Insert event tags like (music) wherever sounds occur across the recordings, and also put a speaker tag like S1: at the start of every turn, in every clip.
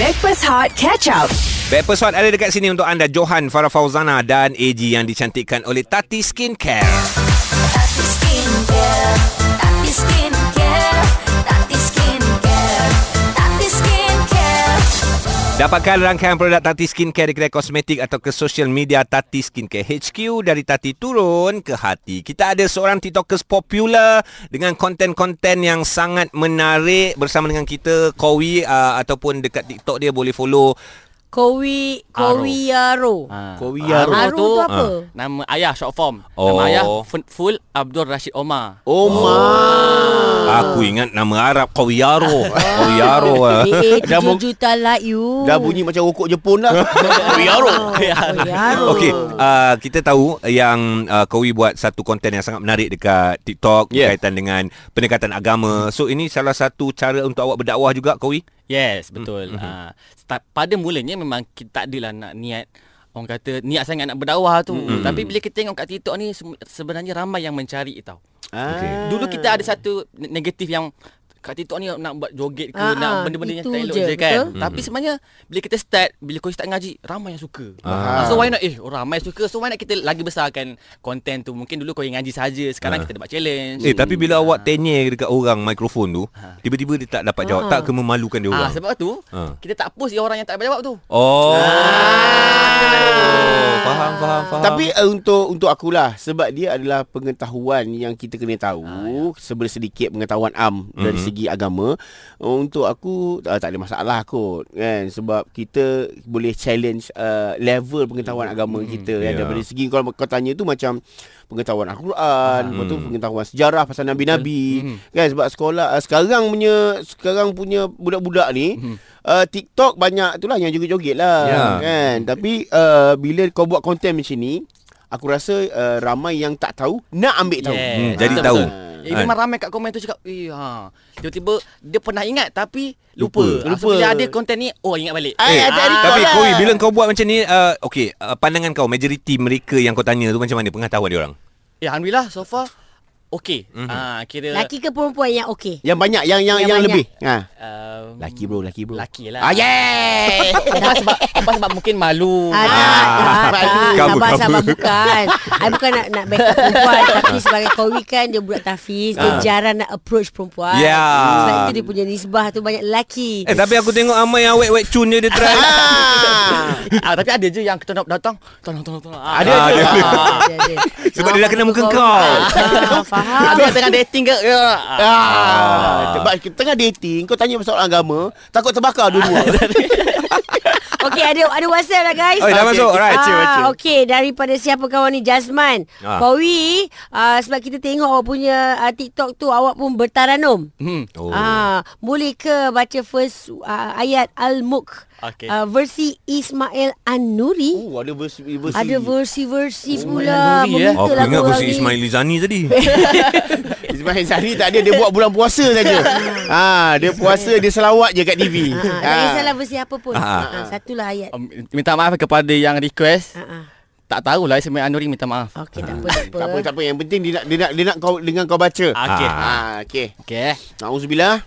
S1: Backpass Hot Catch Up.
S2: Vapor Swat ada dekat sini untuk anda Johan, Farah Fauzana dan AG yang dicantikkan oleh Tati Skincare.
S3: Tati Skincare, Tati Skincare, Tati Skincare, Tati Skincare.
S2: Dapatkan rangkaian produk Tati Skincare di kedai kosmetik atau ke social media Tati Skincare HQ dari Tati turun ke hati. Kita ada seorang TikTokers popular dengan konten-konten yang sangat menarik bersama dengan kita Kowi uh, ataupun dekat TikTok dia boleh follow
S4: Kowi Kowi Aro.
S5: Ha.
S2: Kowi
S4: Aro,
S5: Aro
S4: tu,
S5: tu
S4: apa?
S5: Nama ayah short form.
S2: Oh.
S5: Nama ayah fu- full Abdul Rashid Omar. (laughs)
S2: Oh. Aku ingat nama Arab Kowi Yaro. Kowi Yaro. ah. (laughs)
S4: Eh, eh,
S6: Dah
S4: 7
S6: bu-
S4: juta like you.
S6: Dah bunyi macam rokok Jepun dah. Yaro.
S5: (laughs)
S2: (laughs)
S4: Kowi Aro.
S2: Okey, uh, kita tahu yang uh, Kowi buat satu konten yang sangat menarik dekat TikTok yeah.
S6: Yeah.
S2: berkaitan dengan pendekatan agama. So ini salah satu cara untuk awak berdakwah juga Kowi.
S5: Yes, betul. Mm-hmm. start, pada mulanya memang kita tak adalah nak niat orang kata niat sangat nak berdakwah tu. Mm-hmm. Tapi bila kita tengok kat TikTok ni sem- sebenarnya ramai yang mencari tau.
S6: Ah.
S5: Dulu kita
S4: Hmm.
S5: ada satu ne- negatif yang kat TikTok ni nak buat joget ke
S4: Ah,
S5: nak
S4: ah,
S5: benda-benda yang
S4: itu
S5: tak elok
S4: je,
S5: je, kan.
S4: betul.
S5: Tapi
S2: Hmm.
S5: sebenarnya bila kita start, bila kau start ngaji, ramai yang suka.
S2: Ah.
S5: So why not eh orang ramai suka. So why not kita lagi besarkan konten tu. Mungkin dulu kau yang ngaji saja, sekarang kita ada buat challenge.
S2: Ah. Eh tapi bila awak tanya dekat orang mikrofon tu, tiba-tiba dia tak dapat jawab. Tak ke memalukan dia
S5: Ah
S2: orang?
S5: sebab tu
S2: Ah.
S5: kita tak post yang orang yang tak dapat jawab tu.
S2: Oh. Faham, faham, faham.
S6: Tapi uh, untuk untuk akulah sebab dia adalah pengetahuan yang kita kena tahu ah, ya. sedikit pengetahuan am mm-hmm. dari segi agama Uh, untuk aku uh, tak ada masalah kot kan sebab kita boleh challenge uh, level pengetahuan agama kita kan
S2: Ya.
S6: daripada segi kalau kau tanya tu macam pengetahuan Al-Quran lepas tu pengetahuan sejarah pasal nabi-nabi kan sebab sekolah uh, sekarang punya sekarang punya budak-budak ni Uh, TikTok banyak itulah yang joget-joget lah
S2: Ya.
S6: kan tapi uh, bila kau buat konten macam ni aku rasa uh, ramai yang tak tahu nak ambil tahu
S5: Yes.
S2: Hmm, jadi
S5: Betul,
S2: tahu. Kan?
S5: betul. Eh, memang ramai kat komen tu cakap, eh, ha. tiba-tiba dia pernah ingat tapi lupa.
S2: Lupa.
S5: lupa. Ah, so,
S6: Lupa.
S5: bila ada konten ni, oh ingat balik.
S4: Ah,
S6: Ay,
S2: Eh,
S6: ada recall
S2: tapi
S6: lah.
S2: Kowi bila kau buat macam ni uh, okey uh, pandangan kau majoriti mereka yang kau tanya tu macam mana pengetahuan dia orang?
S5: Eh, Alhamdulillah so far, okay. Mm-hmm. Ah, kira...
S4: Laki ke perempuan yang okey?
S6: yang banyak yang yang
S4: Yang
S6: yang,
S4: banyak.
S6: lebih ha
S5: Um,
S6: laki bro laki bro
S5: Laki lah.
S6: ah
S5: (laughs)
S6: yeah
S5: Abang sebab, abang sebab mungkin malu.
S4: Ah, tak, tak, tak.
S2: Cover,
S4: Sabar,
S2: cover.
S4: sabar. Bukan. I bukan nak, nak back up
S2: (laughs)
S4: perempuan. tapi sebagai Kowi kan, dia budak tafiz. Dia jarang nak approach perempuan.
S2: Ah. Ya.
S4: Sebab itu dia punya nisbah tu banyak
S2: (laughs)
S4: lelaki.
S2: Eh tapi aku tengok Amai yang wet-wet cun dia dia try. (laughs)
S4: ya.
S5: ah, tapi ada je yang kita nak datang, tolong, tolong, tolong. Ah,
S2: Ada, ada.
S5: Ah.
S4: Dia- dia.
S2: Sebab dia dah kena muka kau.
S4: Ah, faham.
S5: Habis tengah dating ke? Ya. Ah.
S6: Ah, sebab tengah dating kau tanya pasal agama takut terbakar dua-dua.
S4: Okey, ada ada WhatsApp lah guys.
S2: Oi, Oh, dah
S6: Okey,
S2: masuk.
S6: okey.
S2: Alright.
S6: Baca, baca.
S4: Ah, okey daripada siapa kawan ni Jasman.
S2: Ah.
S4: Kowi ah, sebab kita tengok awak punya ah, TikTok tu awak pun bertaranum.
S5: Hmm.
S2: Oh.
S4: Ah, boleh ke baca first ah, ayat Al-Mulk
S5: Okey.
S4: ah, versi Ismail An-Nuri?
S6: Oh, ada versi versi. Oh,
S4: Ada versi-versi pula.
S5: An-Nuri, eh.
S4: Meminta
S2: Aku
S4: lah
S2: ingat
S4: korang
S2: versi
S4: ni.
S2: Ismail Izani tadi.
S6: Ismail Zahri tak ada dia buat bulan puasa saja. ha, dia puasa dia selawat je kat TV.
S4: Ah, tak kisahlah versi apa pun.
S2: Ah.
S4: Ah, satulah ayat.
S5: Um, minta maaf kepada yang request.
S4: Ah, ah.
S5: Tak tahulah Ismail Anuri minta maaf.
S4: Okey, tak apa, tak apa.
S6: Tak apa tak apa Ah. yang penting dia nak dia nak dia nak kau dengan kau baca.
S2: Ah,
S5: Okey.
S6: Ha okey.
S5: Okey.
S6: Nauzubillah.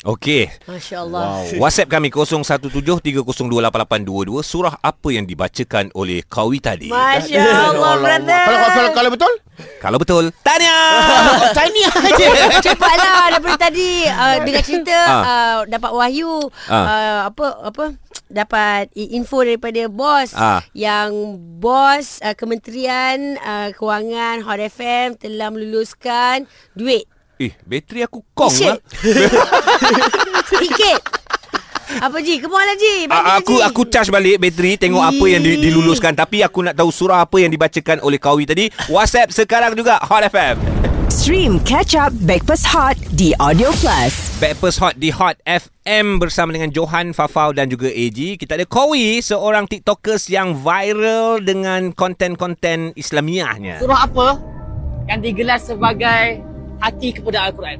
S2: Okey.
S4: Masya Allah.
S2: WhatsApp kami 0173028822 surah apa yang dibacakan oleh Kawi tadi.
S6: (laughs)
S4: Masya Allah, brother.
S6: Kalau kalau kalau, kalau betul?
S2: Kalau betul, tanya.
S6: Tanya aja.
S4: Cepatlah lah, daripada tadi uh, dengan cerita
S2: Ah.
S4: uh, dapat wahyu
S2: Ah.
S4: uh, apa apa dapat i- info daripada bos
S2: Ah.
S4: yang bos uh, Kementerian uh, Kewangan Hot FM telah meluluskan duit
S2: Eh, bateri aku kong lah.
S4: T-shirt.
S2: (laughs)
S4: tiket. Apa Ji? Come on lah Ji. Bagi
S2: A-
S4: lah,
S2: Ah, Aku
S4: Ji.
S2: aku charge balik bateri tengok apa yang di- diluluskan tapi aku nak tahu surah apa yang dibacakan oleh Kawi tadi. WhatsApp sekarang juga Hot FM.
S1: Stream Catch Up Backpass Hot di Audio Plus.
S2: Backpast Hot di Hot FM bersama dengan Johan, Fafau dan juga AG. Kita ada Kowi, seorang TikTokers yang viral dengan konten-konten Islamiahnya.
S7: Surah apa? yang digelar sebagai hati kepada Al-Quran.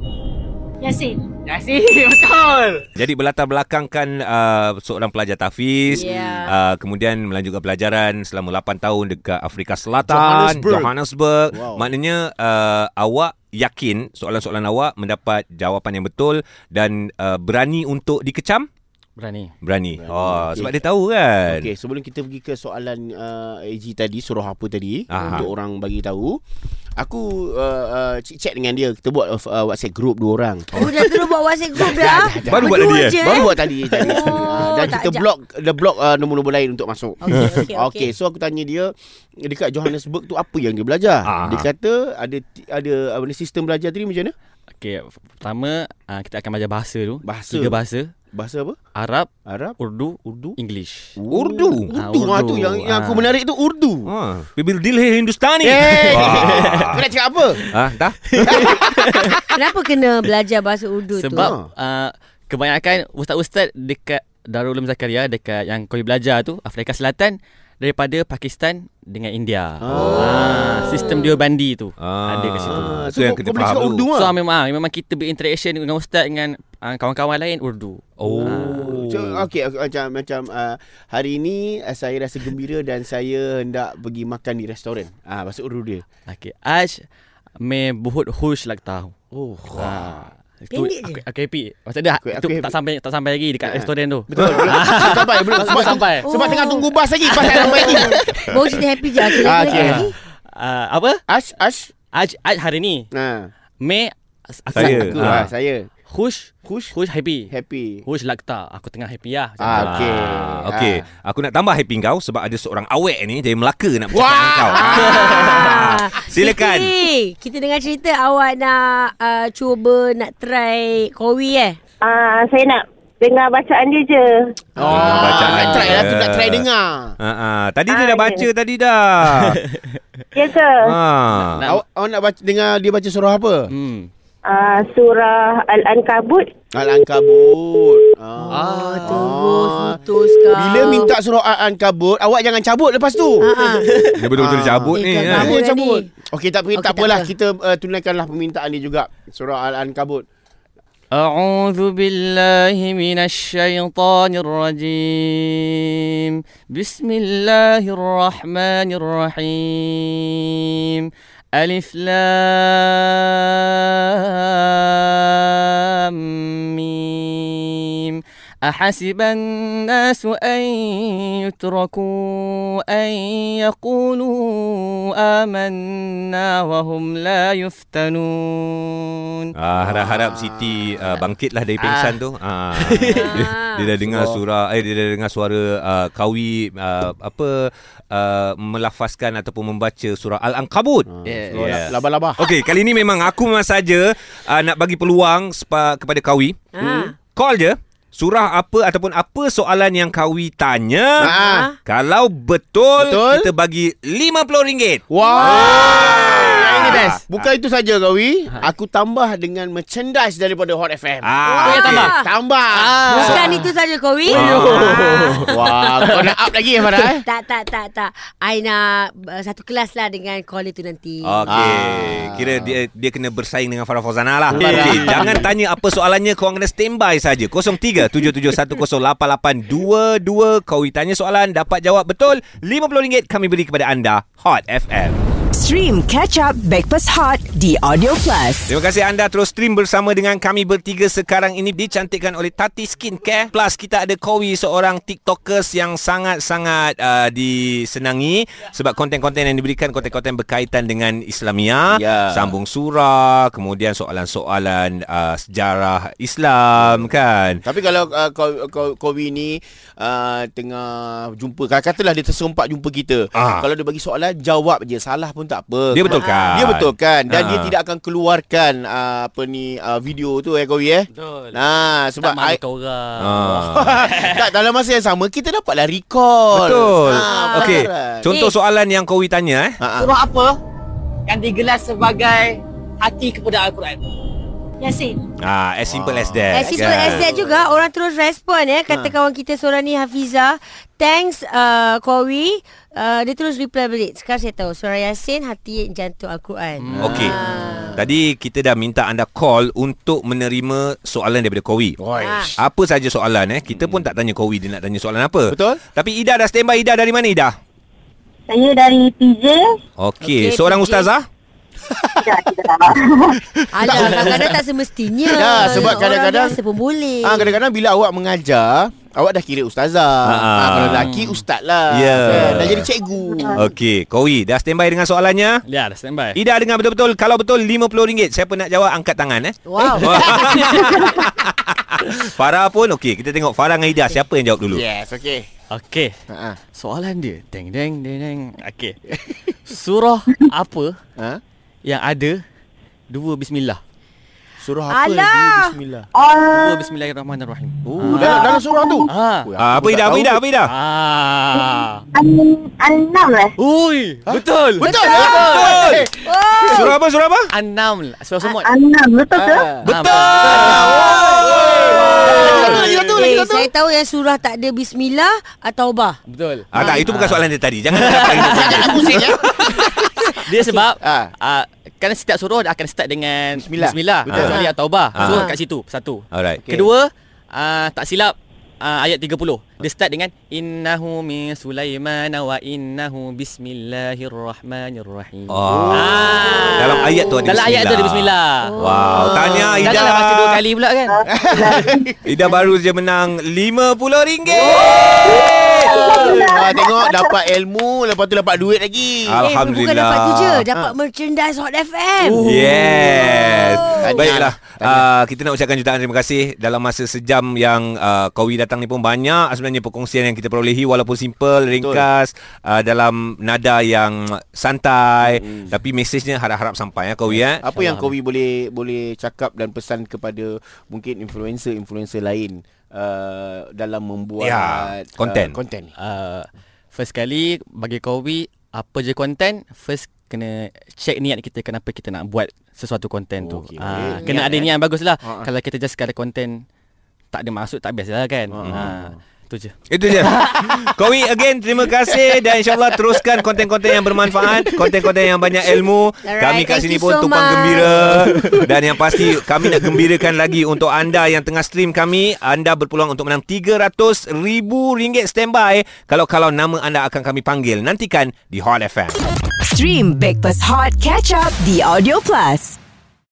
S8: Yasin.
S7: Yasin, betul.
S2: Jadi berlatar belakangkan uh, seorang pelajar tahfiz yeah. uh, kemudian melanjutkan pelajaran selama 8 tahun dekat Afrika Selatan,
S6: Johannesburg.
S2: Johannesburg. Wow.
S6: Wow.
S2: Maknanya uh, awak yakin soalan-soalan awak mendapat jawapan yang betul dan uh, berani untuk dikecam?
S5: Berani.
S2: Berani.
S6: Berani.
S2: Oh,
S6: Okey.
S2: sebab dia tahu kan.
S6: Okey, sebelum kita pergi ke soalan uh, AG tadi, suruh apa tadi
S2: Aha.
S6: Aha. untuk orang bagi tahu. Aku uh, uh, check dengan dia. Kita buat uh, WhatsApp group dua orang.
S4: Oh, dah terus buat WhatsApp group dah.
S6: dah.
S2: Baru buat
S4: Berdua
S2: tadi, eh?
S4: je,
S6: Baru buat tadi, tadi.
S4: Oh,
S6: Oh, dan
S4: tak
S6: kita
S4: ajak.
S6: block the block uh, nombor-nombor lain untuk masuk.
S4: Okey,
S6: (laughs)
S4: okey,
S6: Okey,
S4: okey.
S6: okay, so aku tanya dia dekat Johannesburg tu apa yang dia belajar?
S2: Ah.
S6: Dia kata ada ti- ada ada sistem belajar tadi macam mana?
S5: Okey, f- pertama uh, kita akan belajar bahasa dulu.
S6: Bahasa.
S5: Tiga bahasa.
S6: Bahasa apa?
S5: Arab,
S6: Arab,
S5: Urdu,
S6: Urdu.
S5: English.
S2: Urdu.
S6: Urdu.
S5: Ah,
S6: Urdu. Ah,
S5: Urdu.
S6: tu yang, yang aku
S5: Ah.
S6: menarik tu Urdu.
S2: Ha, we will deal here Hindustani.
S6: (laughs) Hey!
S2: Ah.
S6: Kau nak cakap apa?
S2: Ah, dah.
S4: Kenapa kena belajar bahasa Urdu tu?
S6: Betul.
S5: Sebab uh, kebanyakan ustaz-ustaz dekat Darul Ulum Zakaria dekat yang kau belajar tu Afrika Selatan daripada Pakistan dengan India. Oh. Ah, sistem dua bandi tu
S2: Ah.
S5: ada kat situ.
S6: Ah,
S2: Itu
S6: so
S2: yang
S6: kau-
S2: kita
S6: kau boleh
S2: faham
S6: cakap
S2: dulu.
S6: Urdu
S5: So
S6: ah.
S5: memang memang kita berinteraction dengan ustaz dengan uh, kawan-kawan lain Urdu.
S2: Oh.
S6: So, okay, aku- macam macam uh, hari ini uh, saya rasa gembira dan saya hendak pergi makan di restoran. Ah, bahasa Urdu (laughs) dia.
S5: Okey, आज मैं बहुत खुश लगता हूँ
S6: Oh.
S5: Ah. Itu
S4: Pendek je.
S5: aku, aku happy Maksud dia
S6: Aku-
S5: aku, itu
S6: aku
S5: tak
S6: happy.
S5: sampai tak sampai lagi dekat
S6: Ah.
S5: restoran tu
S6: Betul. belum- Ah, sampai Oh. belum sebab
S5: sampai.
S6: Sebab tengah tunggu bas lagi, bas tak sampai lagi. (laughs)
S4: Baru cerita happy je. Okay,
S6: Ah,
S4: lagi
S6: okey.
S4: lagi.
S5: uh, Apa?
S6: Ash, Ash.
S5: Aj, aj hari ni
S6: Nah,
S5: Mei aku,
S2: Saya.
S6: aku
S5: aku,
S2: Ah.
S6: ah. saya
S5: Khush
S6: Khush?
S5: Khush happy
S6: happy.
S5: Khush lakta Aku tengah happy lah Macam
S6: Ah,
S5: tu.
S6: okey.
S2: Ah, okey. Aku nak tambah happy kau sebab ada seorang awek ni dari Melaka nak bercakap
S6: Wah!
S2: dengan kau.
S6: (laughs)
S2: Ah. Silakan.
S4: Siti, kita dengar cerita awak nak uh, cuba nak try kowi eh.
S9: Ah, saya nak dengar bacaan dia je.
S6: Ah. Oh,
S2: baca.
S6: baca. Nak try lah tu, nak try dengar.
S2: Ha ah, tadi dia dah
S9: Ah,
S2: baca tadi dah.
S9: (laughs) Ya ke?
S2: ha.
S5: Nak-
S6: Awak awak nak baca dengar dia baca surah apa?
S5: hmm.
S9: Ah, surah Al-Ankabut.
S6: Al-Ankabut. Ah.
S4: Ah, terus putus kau.
S6: Bila minta surah Al-Ankabut, awak jangan cabut lepas tu.
S4: Ah, ah.
S2: Dia betul-betul
S6: Ah.
S2: dicabut
S4: Eh,
S2: ni
S4: kau
S2: kan.
S4: Cabut
S6: Cabut
S4: tadi.
S6: cabut. Okey tak, okay,
S4: Okey,
S6: tak
S4: tak
S6: apalah
S4: apa.
S6: kita uh, tunaikanlah permintaan dia juga. Surah Al-Ankabut.
S5: أعوذ بالله من الشيطان الرجيم بسم الله الرحمن الرحيم ألف لام ميم أحسب الناس أن يتركوا أن يقولوا آمنا وهم لا يفتنون
S2: Ah, harap-harap Siti ah, bangkitlah dari pingsan tu. Ah. dia, dia dah dengar surah eh dia dah dengar suara ah, kawi ah, apa ah, melafazkan ataupun membaca surah Al-Ankabut.
S6: Ah.
S5: Yes.
S6: Surah
S2: Yes.
S6: Laba-laba.
S2: Okey, kali ni memang aku memang saja uh, nak bagi peluang sepa, kepada Kawi.
S4: Ah.
S2: Hmm. Call je. Surah apa ataupun apa soalan yang Kawi tanya.
S6: Ah.
S2: Kalau betul,
S6: Betul.
S2: kita bagi RM50.
S6: Wah.
S2: Ah.
S5: Ini best.
S6: Bukan itu saja Gawi, aku tambah dengan merchandise daripada Hot FM.
S2: Ha. Ah,
S4: yang Oh, tambah?
S6: Tambah.
S4: Ah,
S6: Ah.
S4: Bukan itu saja kowi. Ah.
S6: Wah, kau nak up lagi Farah eh?
S4: Tak, tak, tak, tak. I nak uh, satu kelas lah dengan caller tu nanti.
S2: Okey,
S6: Ah.
S2: kira dia dia kena bersaing dengan Farah Fauzana lah.
S6: Farah.
S2: Okey, jangan tanya apa soalannya, kau kena standby saja. 0377108822 kau tanya soalan, dapat jawab betul, RM50 kami beri kepada anda. Hot FM.
S1: Stream Catch Up Backpass Hot di Audio Plus.
S2: Terima kasih anda terus stream bersama dengan kami bertiga sekarang ini dicantikkan oleh Tati Skincare. Plus kita ada Kowi seorang TikTokers yang sangat-sangat uh, disenangi sebab konten-konten yang diberikan konten-konten berkaitan dengan Islamia,
S6: Ya.
S2: sambung surah, kemudian soalan-soalan uh, sejarah Islam kan.
S6: Tapi kalau uh, kau, kau, Kowi ni uh, tengah jumpa, kalau katalah dia terserempak jumpa kita.
S2: Ah.
S6: Kalau dia bagi soalan, jawab je. Salah pun tak apa.
S2: Dia betulkan.
S6: Dia betulkan. Dan
S2: Ah.
S6: dia tidak akan keluarkan uh, apa ni uh, video tu eh Kowi eh.
S5: Betul.
S6: Nah, sebab
S5: Tak malu
S6: I,
S5: kau orang.
S2: Ah.
S6: (laughs) tak dalam masa yang sama kita dapatlah recall.
S2: Betul.
S6: Ah,
S2: Okey,
S6: betul.
S2: contoh
S4: Eh.
S2: soalan yang Kowi tanya eh.
S6: Ah, ah.
S7: Surah apa yang digelar sebagai hati kepada Al-Quran?
S8: Yasin.
S2: Ah, as simple as that.
S4: As simple
S2: kan.
S4: as that juga Orang terus respon eh Kata kawan kita seorang ni Hafiza Thanks uh, Kowi uh, dia terus reply balik. Sekarang saya tahu surah Yasin hati jantung Al-Quran. Hmm.
S2: Okey. Tadi kita dah minta anda call untuk menerima soalan daripada Kowi.
S6: Oish.
S4: Ah.
S2: Apa saja soalan eh? Kita pun tak tanya Kowi dia nak tanya soalan apa.
S6: Betul.
S2: Tapi Ida dah standby. Ida dari mana Ida?
S9: Saya dari PJ.
S2: Okey, okay,
S4: Okey,
S2: seorang
S4: PJ.
S2: ustazah?
S9: Tidak, tidak.
S4: Alah, kadang-kadang tak semestinya.
S6: Ya, sebab
S4: Orang
S6: kadang-kadang-
S4: biasa pun boleh.
S6: Ah kadang-kadang bila awak mengajar, awak dah kira ustazah.
S2: Ha, ha.
S6: Ah kalau lelaki ustaz lah.
S2: Ya.
S6: Kan? Dah jadi cikgu.
S2: Okey, Kowi dah standby dengan soalannya.
S5: Ya, dah standby.
S2: Ida dengar betul-betul. Kalau betul RM50, siapa nak jawab angkat tangan eh?
S4: Wow.
S2: (laughs) Farah pun okey. Kita tengok Farah dengan Ida siapa yang jawab dulu. Yeah.
S6: Yes, okey.
S5: Okey.
S6: Ha.
S5: Soalan dia. Deng deng deng deng. Okey. (laughs) Surah apa
S6: Ha?
S5: yang ada dua bismillah?
S6: Surah apa?
S4: Alah.
S6: lagi? Bismillah.
S5: Dua bismillahirrahmanirrahim.
S6: Oh, dah dalam surah tu.
S5: Ah.
S6: Oi,
S2: Ah, apa
S6: aku
S2: Ida? Apa
S6: tak tahu. Eh,
S2: Ida? Apa Ida?
S5: Ah.
S9: Enam lah.
S5: Ui, betul.
S6: Betul. Betul.
S4: Oh!
S2: Surah apa? Surah
S4: Ah,
S2: apa?
S5: Anam Surah semut.
S9: Enam, betul
S6: eh.
S9: ke?
S5: Ah,
S6: Lagi satu, lagi
S4: Eh,
S6: satu.
S4: saya tahu yang surah tak ada bismillah atau bah.
S5: Betul.
S2: Ah, tak, itu bukan soalan dia tadi. Jangan cakap lagi.
S5: (laughs) Dia sebab
S6: Ah.
S5: ya. (laughs) ah, kan setiap surah dia akan start dengan
S6: Bismillah.
S5: bismillah. bismillah.
S6: Betul.
S5: Kecuali at-taubah.
S2: Ah.
S5: So kat situ satu.
S2: Alright.
S5: Okay. Kedua, uh, tak silap uh, ayat 30. Dia start dengan innahu min Sulaiman wa innahu bismillahirrahmanirrahim. Ah.
S2: Oh. Dalam ayat tu ada
S5: Dalam ayat tu ada bismillah.
S2: Wow, tanya Ida.
S5: Janganlah baca dua kali pula kan.
S2: Ida baru je menang RM50.
S6: Ah, tengok dapat ilmu, lepas tu dapat duit lagi.
S2: Ah.
S4: Eh, bukan dapat tu je.
S2: Alhamdulillah.
S6: Ah.
S4: Dapat merchandise Hot FM.
S6: Oh.
S2: Yes.
S6: Tahniah.
S2: Baiklah.
S6: Tahniah.
S2: Uh, kita nak ucapkan jutaan terima kasih dalam masa sejam yang uh, Kowi datang ni pun banyak sebenarnya perkongsian yang kita perolehi walaupun simple, ringkas, uh, dalam nada yang santai tapi mesejnya harap-harap sampai ya Kowi ya.
S6: Apa yang Kowi boleh boleh cakap dan pesan kepada mungkin influencer-influencer lain uh, dalam membuat
S2: Ya, konten.
S6: Uh, konten.
S5: Uh, first kali bagi Kowi apa je konten first kena check niat kita kenapa kita nak buat sesuatu konten tu.
S6: Okey.
S5: Ah,
S6: Niat,
S5: kena ada
S6: eh?
S5: niat yang bagus lah.
S6: Ha, ha.
S5: Kalau kita just sekadar konten tak ada maksud tak best lah kan. Ha. Tu je.
S2: Itu (laughs) je. Kowi again terima kasih dan insyaallah teruskan konten-konten yang bermanfaat, konten-konten yang banyak ilmu.
S4: Alright,
S2: kami kat
S4: thank
S2: sini
S4: you
S2: pun
S4: so
S2: tumpang
S4: much.
S2: gembira dan yang pasti kami nak gembirakan lagi untuk anda yang tengah stream kami, anda berpeluang untuk menang RM300,000 standby kalau-kalau nama anda akan kami panggil. Nantikan di Hot FM.
S1: Stream Breakfast Hot Catch Up The Audio Plus.